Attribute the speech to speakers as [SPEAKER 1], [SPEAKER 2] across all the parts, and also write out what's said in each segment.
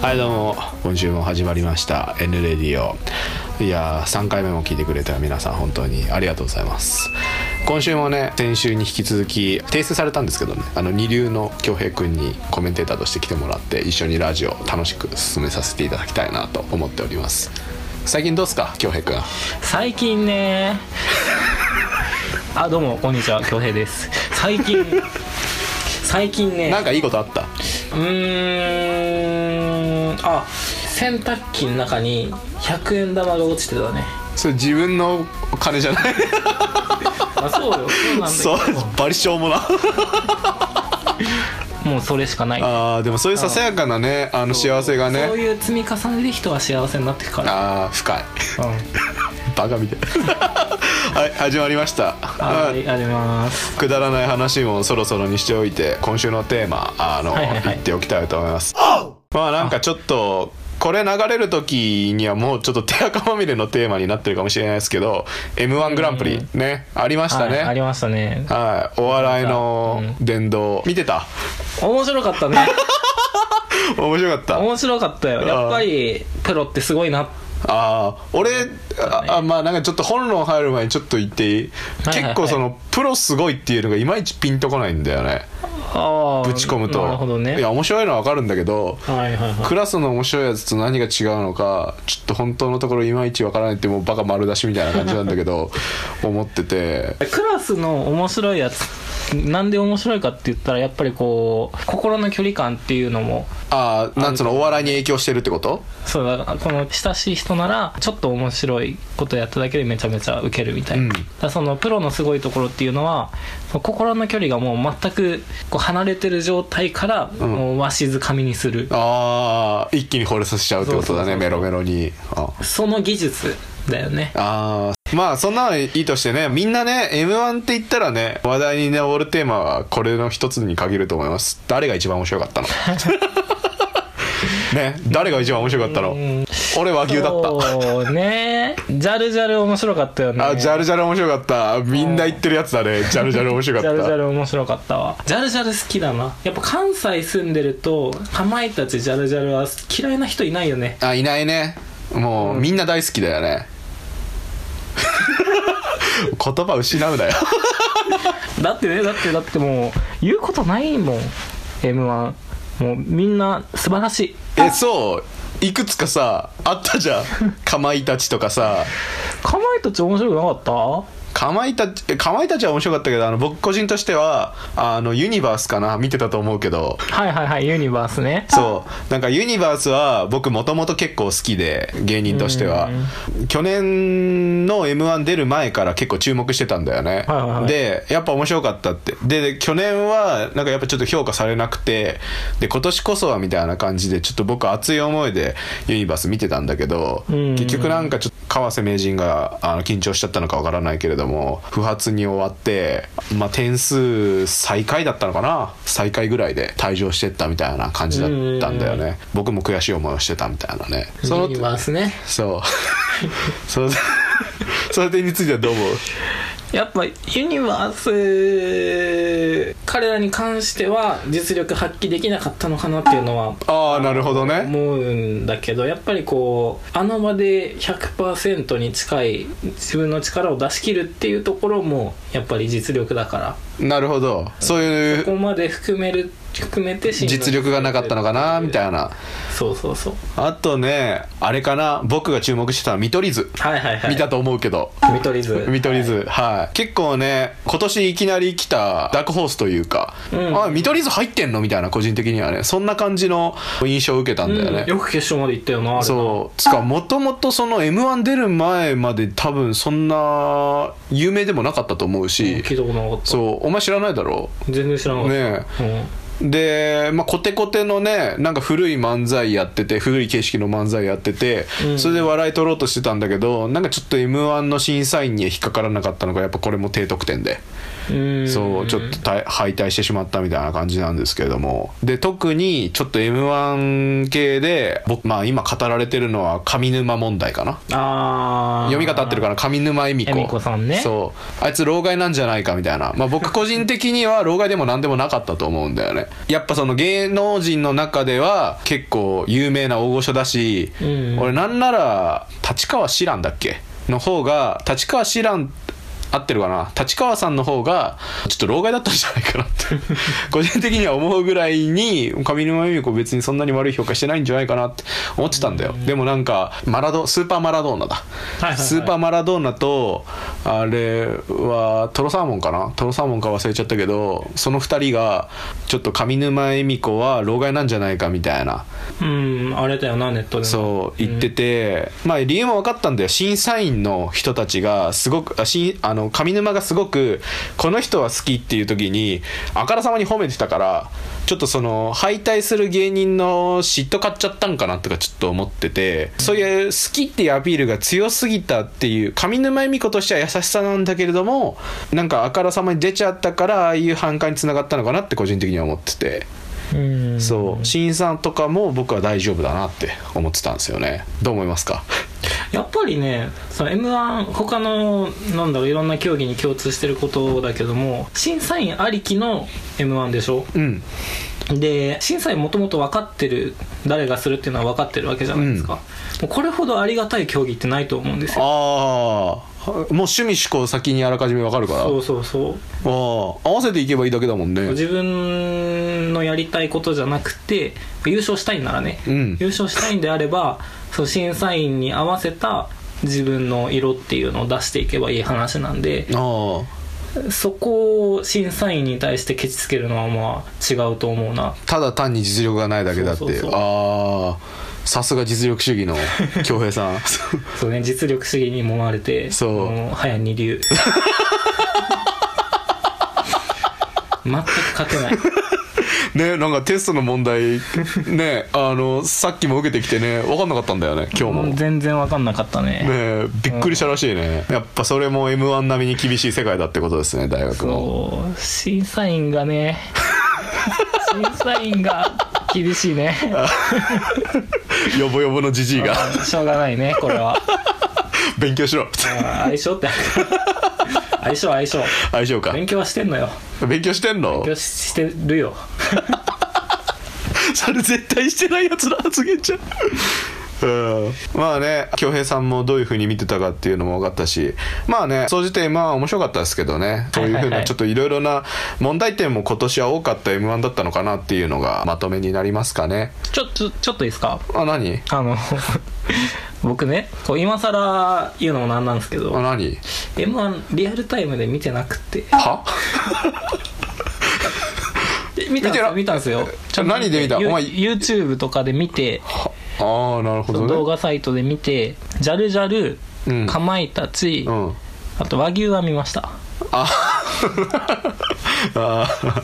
[SPEAKER 1] はいどうも今週も始まりました「N レディオ」いやー3回目も聞いてくれた皆さん本当にありがとうございます今週もね先週に引き続き訂正されたんですけどねあの二流の恭平くんにコメンテーターとして来てもらって一緒にラジオ楽しく進めさせていただきたいなと思っております最近どうですか恭平くん
[SPEAKER 2] 最近ねあどうもこんにちは恭平です最近最近ね
[SPEAKER 1] なんかいいことあった
[SPEAKER 2] うーんあ洗濯機の中に100円玉が落ちてたね
[SPEAKER 1] それ自分のお金じゃない
[SPEAKER 2] あそうよそうなんだ け
[SPEAKER 1] そう
[SPEAKER 2] ど
[SPEAKER 1] バリしょうもな
[SPEAKER 2] もうそれしかな い
[SPEAKER 1] あーでもそういうささやかなねあの幸せが
[SPEAKER 2] そう
[SPEAKER 1] ね
[SPEAKER 2] いう積み重ねで人は幸せになってくから
[SPEAKER 1] あー深い
[SPEAKER 2] うん
[SPEAKER 1] バカみたいはい始まりました
[SPEAKER 2] は
[SPEAKER 1] あ
[SPEAKER 2] いあります
[SPEAKER 1] くだらない話もそろそろにしておいて今週のテーマあの、
[SPEAKER 2] はいはいはい
[SPEAKER 1] 言っておきたいと思いますまあなんかちょっとこれ流れる時にはもうちょっと手垢まみれのテーマになってるかもしれないですけど m 1グランプリねありましたね、
[SPEAKER 2] はい
[SPEAKER 1] は
[SPEAKER 2] あ
[SPEAKER 1] い
[SPEAKER 2] りましたね
[SPEAKER 1] お笑いの殿堂、見てた
[SPEAKER 2] 面白 かったね
[SPEAKER 1] 面白かった
[SPEAKER 2] 面白かったよやっぱりプロってすごいな
[SPEAKER 1] ああ俺ああまあなんかちょっと本論入る前にちょっと言っていい、
[SPEAKER 2] はいはいはい
[SPEAKER 1] 結構そのプロすごいっていうのがいまいちピンとこないんだよね
[SPEAKER 2] あー
[SPEAKER 1] ぶち込むと
[SPEAKER 2] なるほどね
[SPEAKER 1] いや面白いのは分かるんだけど、
[SPEAKER 2] はいはいはい
[SPEAKER 1] クラスの面白いやつと何が違うのかちょっと本当のところいまいち分からないってもうバカ丸出しみたいな感じなんだけ ど思ってて
[SPEAKER 2] クラスの面白いやつなんで面白いかって言ったらやっぱりこう心の距離感っていうのも
[SPEAKER 1] ああなんつうのお笑いに影響してるってこと
[SPEAKER 2] そうだからこの親しい人ならちょっと面白いことやっただけでめちゃめちゃウケるみたいな、
[SPEAKER 1] うん
[SPEAKER 2] だからそのプロのすごいところっていうのはその心の距離がもう全くこう離れてる状態から
[SPEAKER 1] ん
[SPEAKER 2] もうわしづかみにする、
[SPEAKER 1] ああ一気に惚れさせちゃうってことだね
[SPEAKER 2] そうそうそうそう
[SPEAKER 1] メロメロにあ
[SPEAKER 2] その技術だよね
[SPEAKER 1] あーまあそんなのいいとしてねみんなね m 1って言ったらね話題に上るテーマはこれの一つに限ると思います誰が一番面白かったの ね誰が一番面白かったの俺和牛だっ
[SPEAKER 2] そうねジャルジャル面白かったよね
[SPEAKER 1] たあジャルジャル面白かったみんな言ってるやつだねジャルジャル面白かっ
[SPEAKER 2] ジ
[SPEAKER 1] た
[SPEAKER 2] ャルジャル面白かったわジャルジャル好きだなやっぱ関西住んでるとかまいたちジャルジャルは嫌いな人いないよね
[SPEAKER 1] あいないねもう、みんな大好きだよね 言葉失うなよ
[SPEAKER 2] だってねだってだってもう言うことないもん m 1もうみんな素晴らしい
[SPEAKER 1] えそういくつかさあったじゃんかまいたちとかさ
[SPEAKER 2] かまいたち面白くなかった
[SPEAKER 1] かまいたちえかまいたちは面白かったけどあの僕個人としてはあのユニバースかな見てたと思うけど
[SPEAKER 2] はいはいはいユニバースね
[SPEAKER 1] そうなんかユニバースは僕もともと結構好きで芸人としては去年の m 1出る前から結構注目してたんだよね、
[SPEAKER 2] はいはいはい
[SPEAKER 1] でやっぱ面白かったってでで去年はなんかやっぱちょっと評価されなくてで今年こそはみたいな感じでちょっと僕熱い思いでユニバース見てたんだけど
[SPEAKER 2] うん
[SPEAKER 1] 結局なんかちょっと川瀬名人があの緊張しちゃったのかわからないけれども不発に終わって、まあ、点数最下位だったのかな最下位ぐらいで退場してったみたいな感じだったんだよね僕も悔しい思いをしてたみたいなねそ
[SPEAKER 2] ユ
[SPEAKER 1] の
[SPEAKER 2] ニバースね
[SPEAKER 1] そう そのその点についてはどう思う
[SPEAKER 2] やっぱユニバース彼らに関しては実力発揮できなかったのかなっていうのは
[SPEAKER 1] ああなるほどね
[SPEAKER 2] 思うんだけどやっぱりこうあの場で100%に近い自分の力を出し切るっていうところもやっぱり実力だから
[SPEAKER 1] なるほどそうい
[SPEAKER 2] ここ
[SPEAKER 1] う
[SPEAKER 2] まで含める含めて
[SPEAKER 1] 実力がなかったのかなみ
[SPEAKER 2] い
[SPEAKER 1] たいな
[SPEAKER 2] なそうそうそう
[SPEAKER 1] あとねあれかな僕が注目してたのは見取り図
[SPEAKER 2] はいはいはい
[SPEAKER 1] 見たと思うけど
[SPEAKER 2] 見取り図
[SPEAKER 1] 見取り図はい、結構ね今年いきなり来たダークホースというか、
[SPEAKER 2] うん
[SPEAKER 1] あ見取り図入ってんのみたいな個人的にはねそんな感じの印象を受けたんだよね、
[SPEAKER 2] うんよく決勝まで行ったよなあれな
[SPEAKER 1] そうつかもともとその m 1出る前まで多分そんな有名でもなかったと思うし、
[SPEAKER 2] 聞いたことなかった
[SPEAKER 1] そうお前知らないだろ
[SPEAKER 2] 全然知らなかった
[SPEAKER 1] ねで、まあ、コテコテのねなんか古い漫才やってて古い形式の漫才やってて、
[SPEAKER 2] うん
[SPEAKER 1] それで笑い取ろうとしてたんだけどなんかちょっと m 1の審査員には引っかからなかったのがやっぱこれも低得点で
[SPEAKER 2] うん
[SPEAKER 1] そうちょっと大敗退してしまったみたいな感じなんですけれどもで特にちょっと m 1系で僕、まあ、今語られてるのは上沼問題かな
[SPEAKER 2] あー
[SPEAKER 1] 読み方合ってるかな上沼恵美子
[SPEAKER 2] 恵美子さんね
[SPEAKER 1] そうあいつ老害なんじゃないかみたいな、まあ、僕個人的には老害でも何でもなかったと思うんだよねやっぱその芸能人の中では結構有名な大御所だし、
[SPEAKER 2] うん
[SPEAKER 1] 俺なんなら立川志らんだっけの方が立川志らん合ってるかな立川さんの方がちょっと老害だったんじゃないかなって 個人的には思うぐらいに上沼恵美子別にそんなに悪い評価してないんじゃないかなって思ってたんだよでもなんかマラドスーパーマラドーナだ、
[SPEAKER 2] はいはいはい
[SPEAKER 1] スーパーマラドーナとあれはトロサーモンかなトロサーモンか忘れちゃったけどその2人がちょっと上沼恵美子は老害なんじゃないかみたいな
[SPEAKER 2] うんあれだよなネットでも
[SPEAKER 1] そう言ってて、まあ理由も分かったんだよ審査員の人たちがすごくあしあの上沼がすごくこの人は好きっていう時にあからさまに褒めてたからちょっとその敗退する芸人の嫉妬買っちゃったんかなとかちょっと思っててそういう好きっていうアピールが強すぎたっていう上沼恵美子としては優しさなんだけれどもなんかあからさまに出ちゃったからああいう反感につながったのかなって個人的には思ってて。
[SPEAKER 2] うん
[SPEAKER 1] そう新さんとかも僕は大丈夫だなって思ってたんですよねどう思いますか
[SPEAKER 2] やっぱりねその m 1他のなんだろういろんな競技に共通してることだけども審査員ありきの m 1でしょ
[SPEAKER 1] うん
[SPEAKER 2] で審査員もともと分かってる誰がするっていうのは分かってるわけじゃないですか、もうこれほどありがたい競技ってないと思うんです
[SPEAKER 1] あ
[SPEAKER 2] よ
[SPEAKER 1] あもう趣味趣向先にあらかじめわかるからあ
[SPEAKER 2] そうそうそう
[SPEAKER 1] あ合わせていけばいいだけだもんね
[SPEAKER 2] 自分のやりたいことじゃなくて優勝したいならね、
[SPEAKER 1] うん
[SPEAKER 2] 優勝したいんであればそう審査員に合わせた自分の色っていうのを出していけばいい話なんで
[SPEAKER 1] ああ
[SPEAKER 2] そこを審査員に対してケチつけるのはまあ違うと思うな
[SPEAKER 1] ただ単に実力がないだけだって
[SPEAKER 2] そうそうそう
[SPEAKER 1] ああさすが実力主義の恭平 さん
[SPEAKER 2] そうね実力主義にもまれて
[SPEAKER 1] そう
[SPEAKER 2] も早 二流全く勝てない
[SPEAKER 1] ねなんかテストの問題ねあのさっきも受けてきてね分かんなかったんだよね今日も
[SPEAKER 2] もう全然分かんなかったね
[SPEAKER 1] ねえびっくりしたらしいね、やっぱそれも m 1並みに厳しい世界だってことですね大学も
[SPEAKER 2] そう審査員がね審査員が厳しいね
[SPEAKER 1] ヨボヨボのじじいが
[SPEAKER 2] しょうがないねこれは
[SPEAKER 1] 勉強しろ
[SPEAKER 2] 相性って相性相性
[SPEAKER 1] 相性か
[SPEAKER 2] 勉強はしてんのよ
[SPEAKER 1] 勉強してんの
[SPEAKER 2] 勉強してるよ
[SPEAKER 1] それ絶対してないやつの発言じゃんうん、まあね恭平さんもどういうふうに見てたかっていうのも分かったしまあね総じて m 1は面白かったですけどねそういうふう
[SPEAKER 2] はいはいは
[SPEAKER 1] ないちょっといろいろな問題点も今年は多かった m 1だったのかなっていうのがまとめになりますかね
[SPEAKER 2] ちょちょちょっといいですか
[SPEAKER 1] あ何
[SPEAKER 2] あの僕ねこう今更言うのもなんなんですけ
[SPEAKER 1] あ
[SPEAKER 2] ど
[SPEAKER 1] 何
[SPEAKER 2] m 1リアルタイムで見てなくて
[SPEAKER 1] は
[SPEAKER 2] え見たんですよ見
[SPEAKER 1] 見
[SPEAKER 2] たんですよ
[SPEAKER 1] ちょ何で見た
[SPEAKER 2] ゆ
[SPEAKER 1] お前
[SPEAKER 2] YouTube とかで見て
[SPEAKER 1] ああなるほどね
[SPEAKER 2] 動画サイトで見てジャルジャル
[SPEAKER 1] うん
[SPEAKER 2] かまいたち、
[SPEAKER 1] うん
[SPEAKER 2] あと和牛は見ました
[SPEAKER 1] あー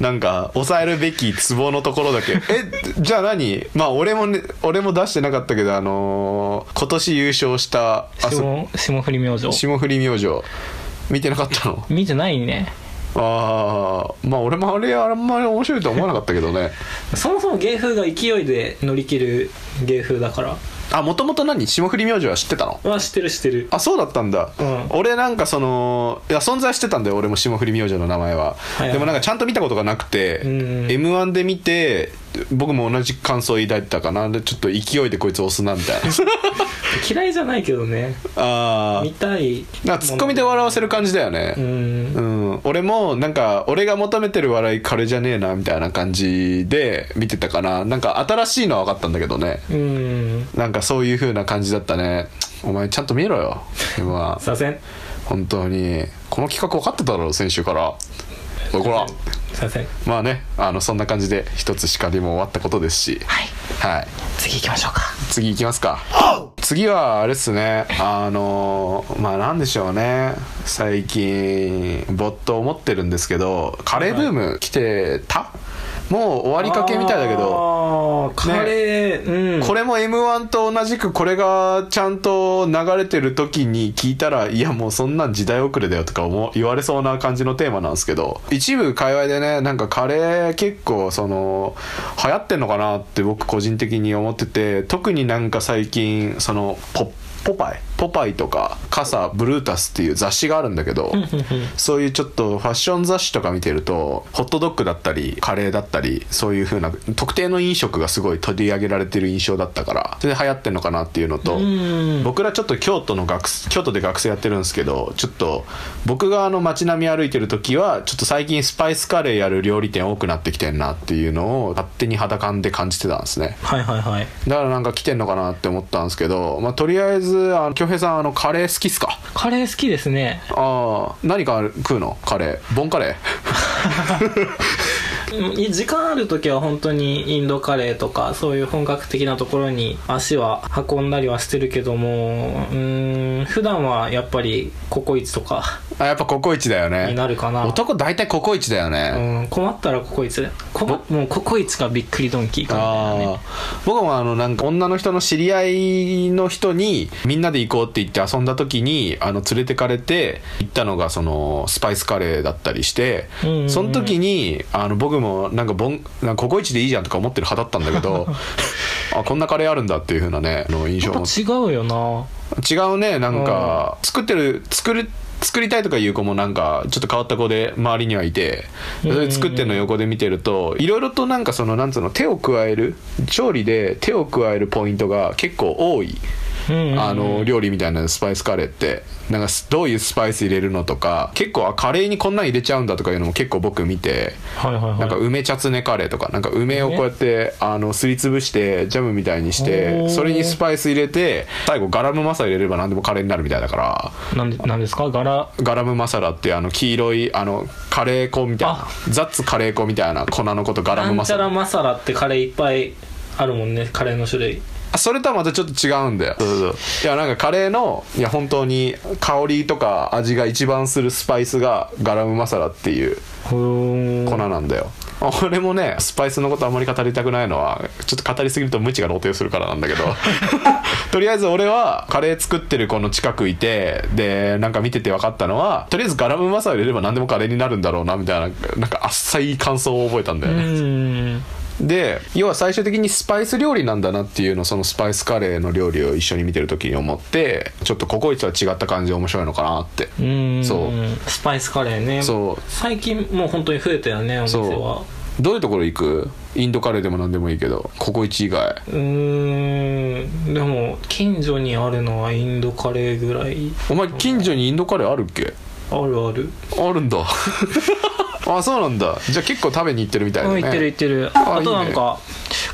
[SPEAKER 1] なんか抑えるべきツボのところだ けえじゃあ何まあ俺もね俺も出してなかったけどあのー今年優勝したあそ
[SPEAKER 2] 霜霜降り明星
[SPEAKER 1] 霜降り明星見てなかったの
[SPEAKER 2] 見てないね
[SPEAKER 1] ああまあ俺もあれあんまり面白いとは思わなかったけどね
[SPEAKER 2] そもそも芸風が勢いで乗り切る芸風だから
[SPEAKER 1] あもともと何霜降り明星は知ってたの
[SPEAKER 2] は知ってる知ってる
[SPEAKER 1] あそうだったんだ、
[SPEAKER 2] うん
[SPEAKER 1] 俺なんかそのいや存在してたんだよ俺も霜降り明星の名前は、
[SPEAKER 2] いはい
[SPEAKER 1] でもなんかちゃんと見たことがなくて、
[SPEAKER 2] うん
[SPEAKER 1] m 1で見て僕も同じ感想を抱いてたかなでちょっと勢いでこいつ押すなみたいな
[SPEAKER 2] 嫌いじゃないけどね
[SPEAKER 1] あ
[SPEAKER 2] 見たい
[SPEAKER 1] あなんかツッコミで笑わせる感じだよ
[SPEAKER 2] う
[SPEAKER 1] ね
[SPEAKER 2] ん
[SPEAKER 1] うん、俺もなんか俺が求めてる笑い彼じゃねえなみたいな感じで見てたかななんか新しいのは分かったんだけどね
[SPEAKER 2] うん
[SPEAKER 1] なんかそういう風な感じだったねお前ちゃんと見ろよ m 1
[SPEAKER 2] 左遷
[SPEAKER 1] 本当にこの企画分かってただろ先週からおいこら
[SPEAKER 2] 左遷
[SPEAKER 1] まあねあのそんな感じで一つ叱りも終わったことですし
[SPEAKER 2] はい
[SPEAKER 1] はい
[SPEAKER 2] 次行きましょうか
[SPEAKER 1] 次行きますか次はあれっすねあのまあなんでしょうね最近ぼっと思ってるんですけどカレーブーム来てたもう終わりかけみたいだけど
[SPEAKER 2] あーカレー、うん
[SPEAKER 1] これも m 1と同じくこれがちゃんと流れてる時に聞いたらいやもうそんなん時代遅れだよとか思う言われそうな感じのテーマなんですけど一部界隈でねなんかカレー結構その流行ってんのかなって僕個人的に思ってて特になんか最近そのポポパイポパイとか「傘ブルータス」っていう雑誌があるんだけどそういうちょっとファッション雑誌とか見てるとホットドッグだったりカレーだったりそういう風な特定の飲食がすごい取り上げられてる印象だったからそれで流行ってんのかなっていうのと
[SPEAKER 2] うん
[SPEAKER 1] 僕らちょっと京都の学生京都で学生やってるんですけどちょっと僕があの街並み歩いてる時はちょっと最近スパイスカレーやる料理店多くなってきてんなっていうのを勝手に肌感で感じてたんですね
[SPEAKER 2] はいはいはい
[SPEAKER 1] だからなんか来てんのかなって思ったんですけど、まあ、とりあえずあの京平さんあのカレー好きっすか
[SPEAKER 2] カレー好きですね
[SPEAKER 1] ああ何かある食うのカレーボンカレー
[SPEAKER 2] うんい時間ある時は本当にインドカレーとかそういう本格的なところに足は運んだりはしてるけどもうーん普段はやっぱりココイチとか
[SPEAKER 1] あやっぱココイチだよ
[SPEAKER 2] に
[SPEAKER 1] ね
[SPEAKER 2] なるかな、
[SPEAKER 1] 男大体ココイチだよね、
[SPEAKER 2] うん、困ったらココイチこもうココイチかびっくりドンキーかみたいなね
[SPEAKER 1] ああ僕もあのなんか女の人の知り合いの人にみんなで行こうって言って遊んだ時にあの連れてかれて行ったのがそのスパイスカレーだったりして、
[SPEAKER 2] うんうんうん
[SPEAKER 1] その時にあの僕もなんかボンなんかココイチでいいじゃんとか思ってる派だったんだけどあこんなカレーあるんだっていう風なねあの印象
[SPEAKER 2] や
[SPEAKER 1] を
[SPEAKER 2] っ
[SPEAKER 1] 持
[SPEAKER 2] ぱ
[SPEAKER 1] って
[SPEAKER 2] 違うよな
[SPEAKER 1] 違うねなんか作ってる作る作りたいとかいう子もなんかちょっと変わった子で周りにはいてそれで作ってるの横で見てるといろいろとなんかそのなんつうの手を加える調理で手を加えるポイントが結構多い。
[SPEAKER 2] うんうんうん
[SPEAKER 1] あの料理みたいなスパイスカレーってなんかすどういうスパイス入れるのとか結構あカレーにこんなん入れちゃうんだとかいうのも結構僕見て
[SPEAKER 2] はいはいはい
[SPEAKER 1] なんか梅チャツネカレーとかなんか梅をこうやってあのすりつぶしてジャムみたいにして
[SPEAKER 2] おー
[SPEAKER 1] それにスパイス入れて最後ガラムマサラ入れれば何でもカレーになるみたいだから
[SPEAKER 2] なんでなんですか柄
[SPEAKER 1] ガラムマサラってあの黄色いあのカレー粉みたいな
[SPEAKER 2] あ
[SPEAKER 1] ザッツカレー粉みたいな粉のことガラ
[SPEAKER 2] な
[SPEAKER 1] ム
[SPEAKER 2] ん
[SPEAKER 1] マ
[SPEAKER 2] ちゃ
[SPEAKER 1] サ
[SPEAKER 2] ら
[SPEAKER 1] ラ
[SPEAKER 2] マサラってカレーいっぱいあるもんねカレーの種類
[SPEAKER 1] あそれとはまたちょっと違うんだよそうそうそういやなんかカレーのいや本当に香りとか味が一番するスパイスがガラムマサラっていう
[SPEAKER 2] ほーん
[SPEAKER 1] 粉なんだよ、俺もねスパイスのことあんまり語りたくないのはちょっと語りすぎるとムチが露呈するからなんだけど とりあえず俺はカレー作ってる子の近くいてでなんか見てて分かったのはとりあえずガラムマサラ入れれば何でもカレーになるんだろうなみたいななんかあっさい感想を覚えたんだよ
[SPEAKER 2] う
[SPEAKER 1] ね、
[SPEAKER 2] ーん
[SPEAKER 1] で要は最終的にスパイス料理なんだなっていうのをそのスパイスカレーの料理を一緒に見てる時に思ってちょっとココイチとは違った感じで面白いのかなって
[SPEAKER 2] うーん
[SPEAKER 1] そ
[SPEAKER 2] スパイスカレーね
[SPEAKER 1] そう
[SPEAKER 2] 最近もう本当に増えたよねお店は
[SPEAKER 1] そうどういうところ行くインドカレーでも何でもいいけどココイチ以外
[SPEAKER 2] うーんでも近所にあるのはインドカレーぐらい
[SPEAKER 1] お前近所にインドカレーあるっけ
[SPEAKER 2] あるある
[SPEAKER 1] あるん だあそうなんだじゃあ結構食べに行ってるみたいだ
[SPEAKER 2] うん
[SPEAKER 1] ね
[SPEAKER 2] 行ってる行ってる
[SPEAKER 1] あ
[SPEAKER 2] あとなんか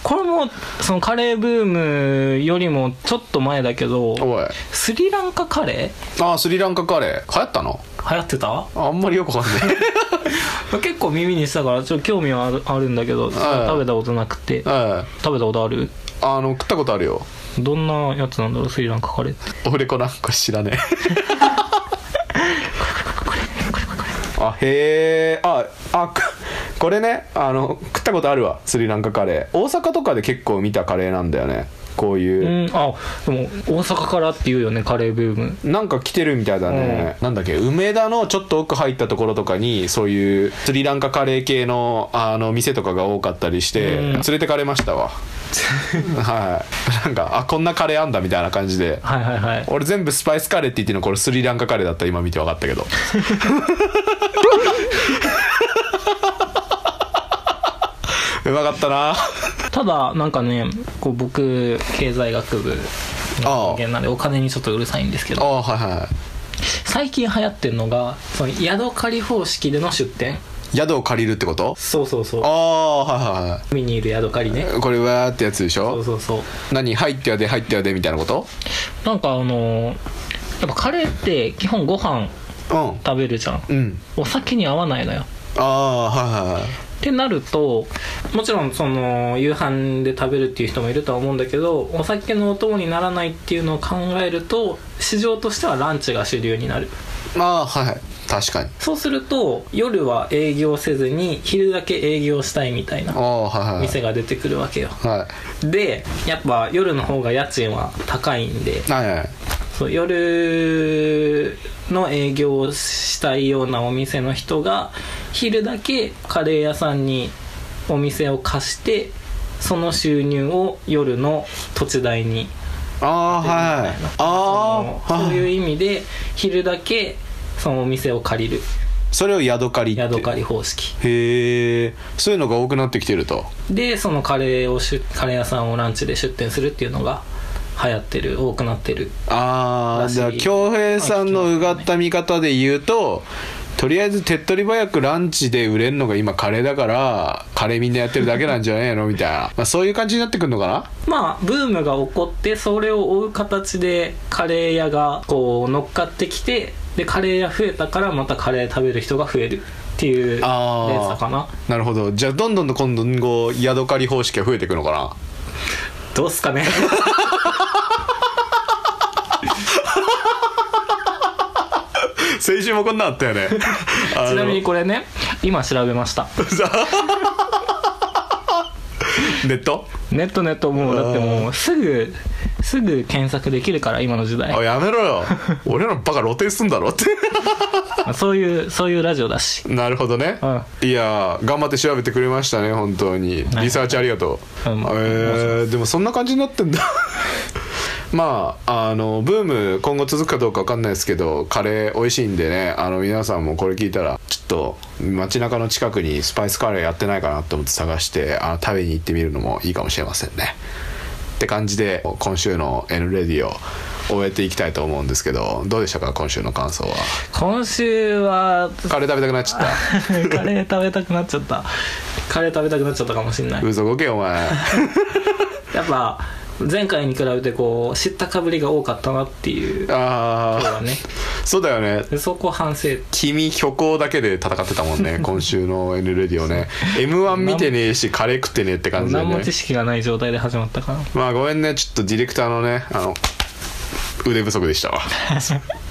[SPEAKER 2] これもそのカレーブームよりもちょっと前だけど
[SPEAKER 1] おい
[SPEAKER 2] スリランカカレ
[SPEAKER 1] あスリランカカレー流行ったの
[SPEAKER 2] ー流行ってた
[SPEAKER 1] あんまりよくわかん ない
[SPEAKER 2] 結構耳にしたからちょっと興味はあるあるんだけど
[SPEAKER 1] ああ
[SPEAKER 2] 食べたことなく
[SPEAKER 1] う
[SPEAKER 2] て
[SPEAKER 1] ん
[SPEAKER 2] 食べたことある
[SPEAKER 1] あの食ったことあるよ
[SPEAKER 2] どんなやつなんだろうスリランカカレーって
[SPEAKER 1] 俺こなんか知らねえ あへえああくこれねあの食ったことあるわスリランカカレー大阪とかで結構見たカレーなんだよねこういう、
[SPEAKER 2] うんあでも大阪からっていうよねカレーブーム
[SPEAKER 1] なんか来てるみたいだね、なんだっけ梅田のちょっと奥入ったところとかにそういうスリランカカレー系のあの店とかが多かったりして、
[SPEAKER 2] うん
[SPEAKER 1] 連れてかれました わはいなんかあこんなカレーあんだみたいな感じで
[SPEAKER 2] はいはいはい
[SPEAKER 1] 俺全部スパイスカレーって言ってるのこれスリランカカレーだった今見て分かった けどうまかったな
[SPEAKER 2] ただなんかねこう僕経済学部
[SPEAKER 1] あ
[SPEAKER 2] の人間なんでお金にちょっとうるさいんですけ
[SPEAKER 1] あ
[SPEAKER 2] ど
[SPEAKER 1] あはいはい
[SPEAKER 2] 最近流行ってるのがその宿借り方式での出店
[SPEAKER 1] 宿を借りるってこと
[SPEAKER 2] そうそうそ
[SPEAKER 1] あ
[SPEAKER 2] う
[SPEAKER 1] あはいは
[SPEAKER 2] 海にいる宿借りね
[SPEAKER 1] いはいこれわーってやつでし
[SPEAKER 2] そう
[SPEAKER 1] ょ
[SPEAKER 2] そうそう
[SPEAKER 1] 何入ってやで入ってやでみたいなこと
[SPEAKER 2] なんかあのーやっぱカレーって基本ご飯
[SPEAKER 1] う
[SPEAKER 2] 食べるじゃん
[SPEAKER 1] んうん
[SPEAKER 2] お酒に合わないのよ
[SPEAKER 1] ああはいはいはい
[SPEAKER 2] ってなるともちろんその夕飯で食べるっていう人もいるとは思うんだけどお酒のお供にならないっていうのを考えると市場としてはランチが主流になる
[SPEAKER 1] ああーはい確かに
[SPEAKER 2] そうすると夜は営業せずに昼だけ営業したいみたい
[SPEAKER 1] あ
[SPEAKER 2] な
[SPEAKER 1] あはいはい
[SPEAKER 2] 店が出てくるわけよ
[SPEAKER 1] は
[SPEAKER 2] でやっぱ夜の方が家賃は高いんで
[SPEAKER 1] いはいはい
[SPEAKER 2] そう夜の営業をしたいようなお店の人が昼だけカレー屋さんにお店を貸してその収入を夜の土地代に
[SPEAKER 1] ああーはいあ
[SPEAKER 2] そ
[SPEAKER 1] あ
[SPEAKER 2] のそういう
[SPEAKER 1] はい
[SPEAKER 2] 意味で昼だけそのお店を借りる
[SPEAKER 1] それを宿借りって
[SPEAKER 2] 宿借り方式
[SPEAKER 1] へえそういうのが多くなってきてると
[SPEAKER 2] でそのカレーをしゅカレー屋さんをランチで出店するっていうのが流行ってる多くなってる
[SPEAKER 1] ああ
[SPEAKER 2] らしい
[SPEAKER 1] じゃあ恭平さんのうがった見方で言うととりあえず手っ取り早くランチで売れるのが今カレーだからカレーみんなやってるだけなんじゃねえのみたいな、まあ、そういう感じになってくるのかな
[SPEAKER 2] まあブームが起こってそれを追う形でカレー屋がこう乗っかってきてでカレー屋増えたからまたカレー食べる人が増えるっていう連
[SPEAKER 1] あー
[SPEAKER 2] 鎖かな
[SPEAKER 1] なるほどじゃあどんどんと今度今後宿借り方式が増えていくのかな
[SPEAKER 2] どうっすかね
[SPEAKER 1] 先週もこんなんあったよね
[SPEAKER 2] ち
[SPEAKER 1] ち
[SPEAKER 2] なみにこれね今調べました
[SPEAKER 1] ネット
[SPEAKER 2] ネットネットもうだってもうすぐすぐ検索できるから今の時代
[SPEAKER 1] あやめろ よ俺らのバカ露呈すんだろって
[SPEAKER 2] まあそういうそういうラジオだし
[SPEAKER 1] なるほどね、いやー頑張って調べてくれましたね本当に
[SPEAKER 2] はい
[SPEAKER 1] リサーチありがとう、
[SPEAKER 2] うん
[SPEAKER 1] えーでもそんな感じになってんだ まああのブーム今後続くかどうか分かんないですけどカレー美味しいんでねあの皆さんもこれ聞いたらちょっと街中の近くにスパイスカレーやってないかなと思って探してあの食べに行ってみるのもいいかもしれませんねって感じで今週の「N レディ」を終えていきたいと思うんですけどどうでしたか今週の感想は
[SPEAKER 2] 今週は
[SPEAKER 1] カレー食べたくなっちゃ った
[SPEAKER 2] カレー食べたくなっちゃったカレー食べたくなっちゃったかもしんない
[SPEAKER 1] 嘘ごけお前
[SPEAKER 2] やっぱ前回に比べてこう知ったかぶりが多かったなっていうとこ
[SPEAKER 1] あ
[SPEAKER 2] ろ
[SPEAKER 1] あ
[SPEAKER 2] はね
[SPEAKER 1] そうだよね
[SPEAKER 2] でそこ反省
[SPEAKER 1] 君虚構だけで戦ってたもんね今週の「N レディオね」m 1見てねえしカレー食ってねえって感じだよ
[SPEAKER 2] 何も
[SPEAKER 1] ね
[SPEAKER 2] 知識がない状態で始まったから
[SPEAKER 1] まあごめんねちょっとディレクターのねあの腕不足でしたわ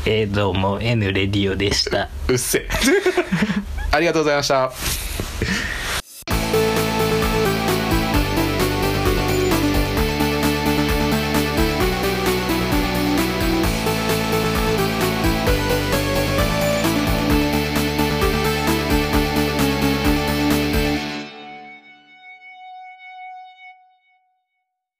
[SPEAKER 2] えー、どうも N レディオでした
[SPEAKER 1] うっせえありがとうございました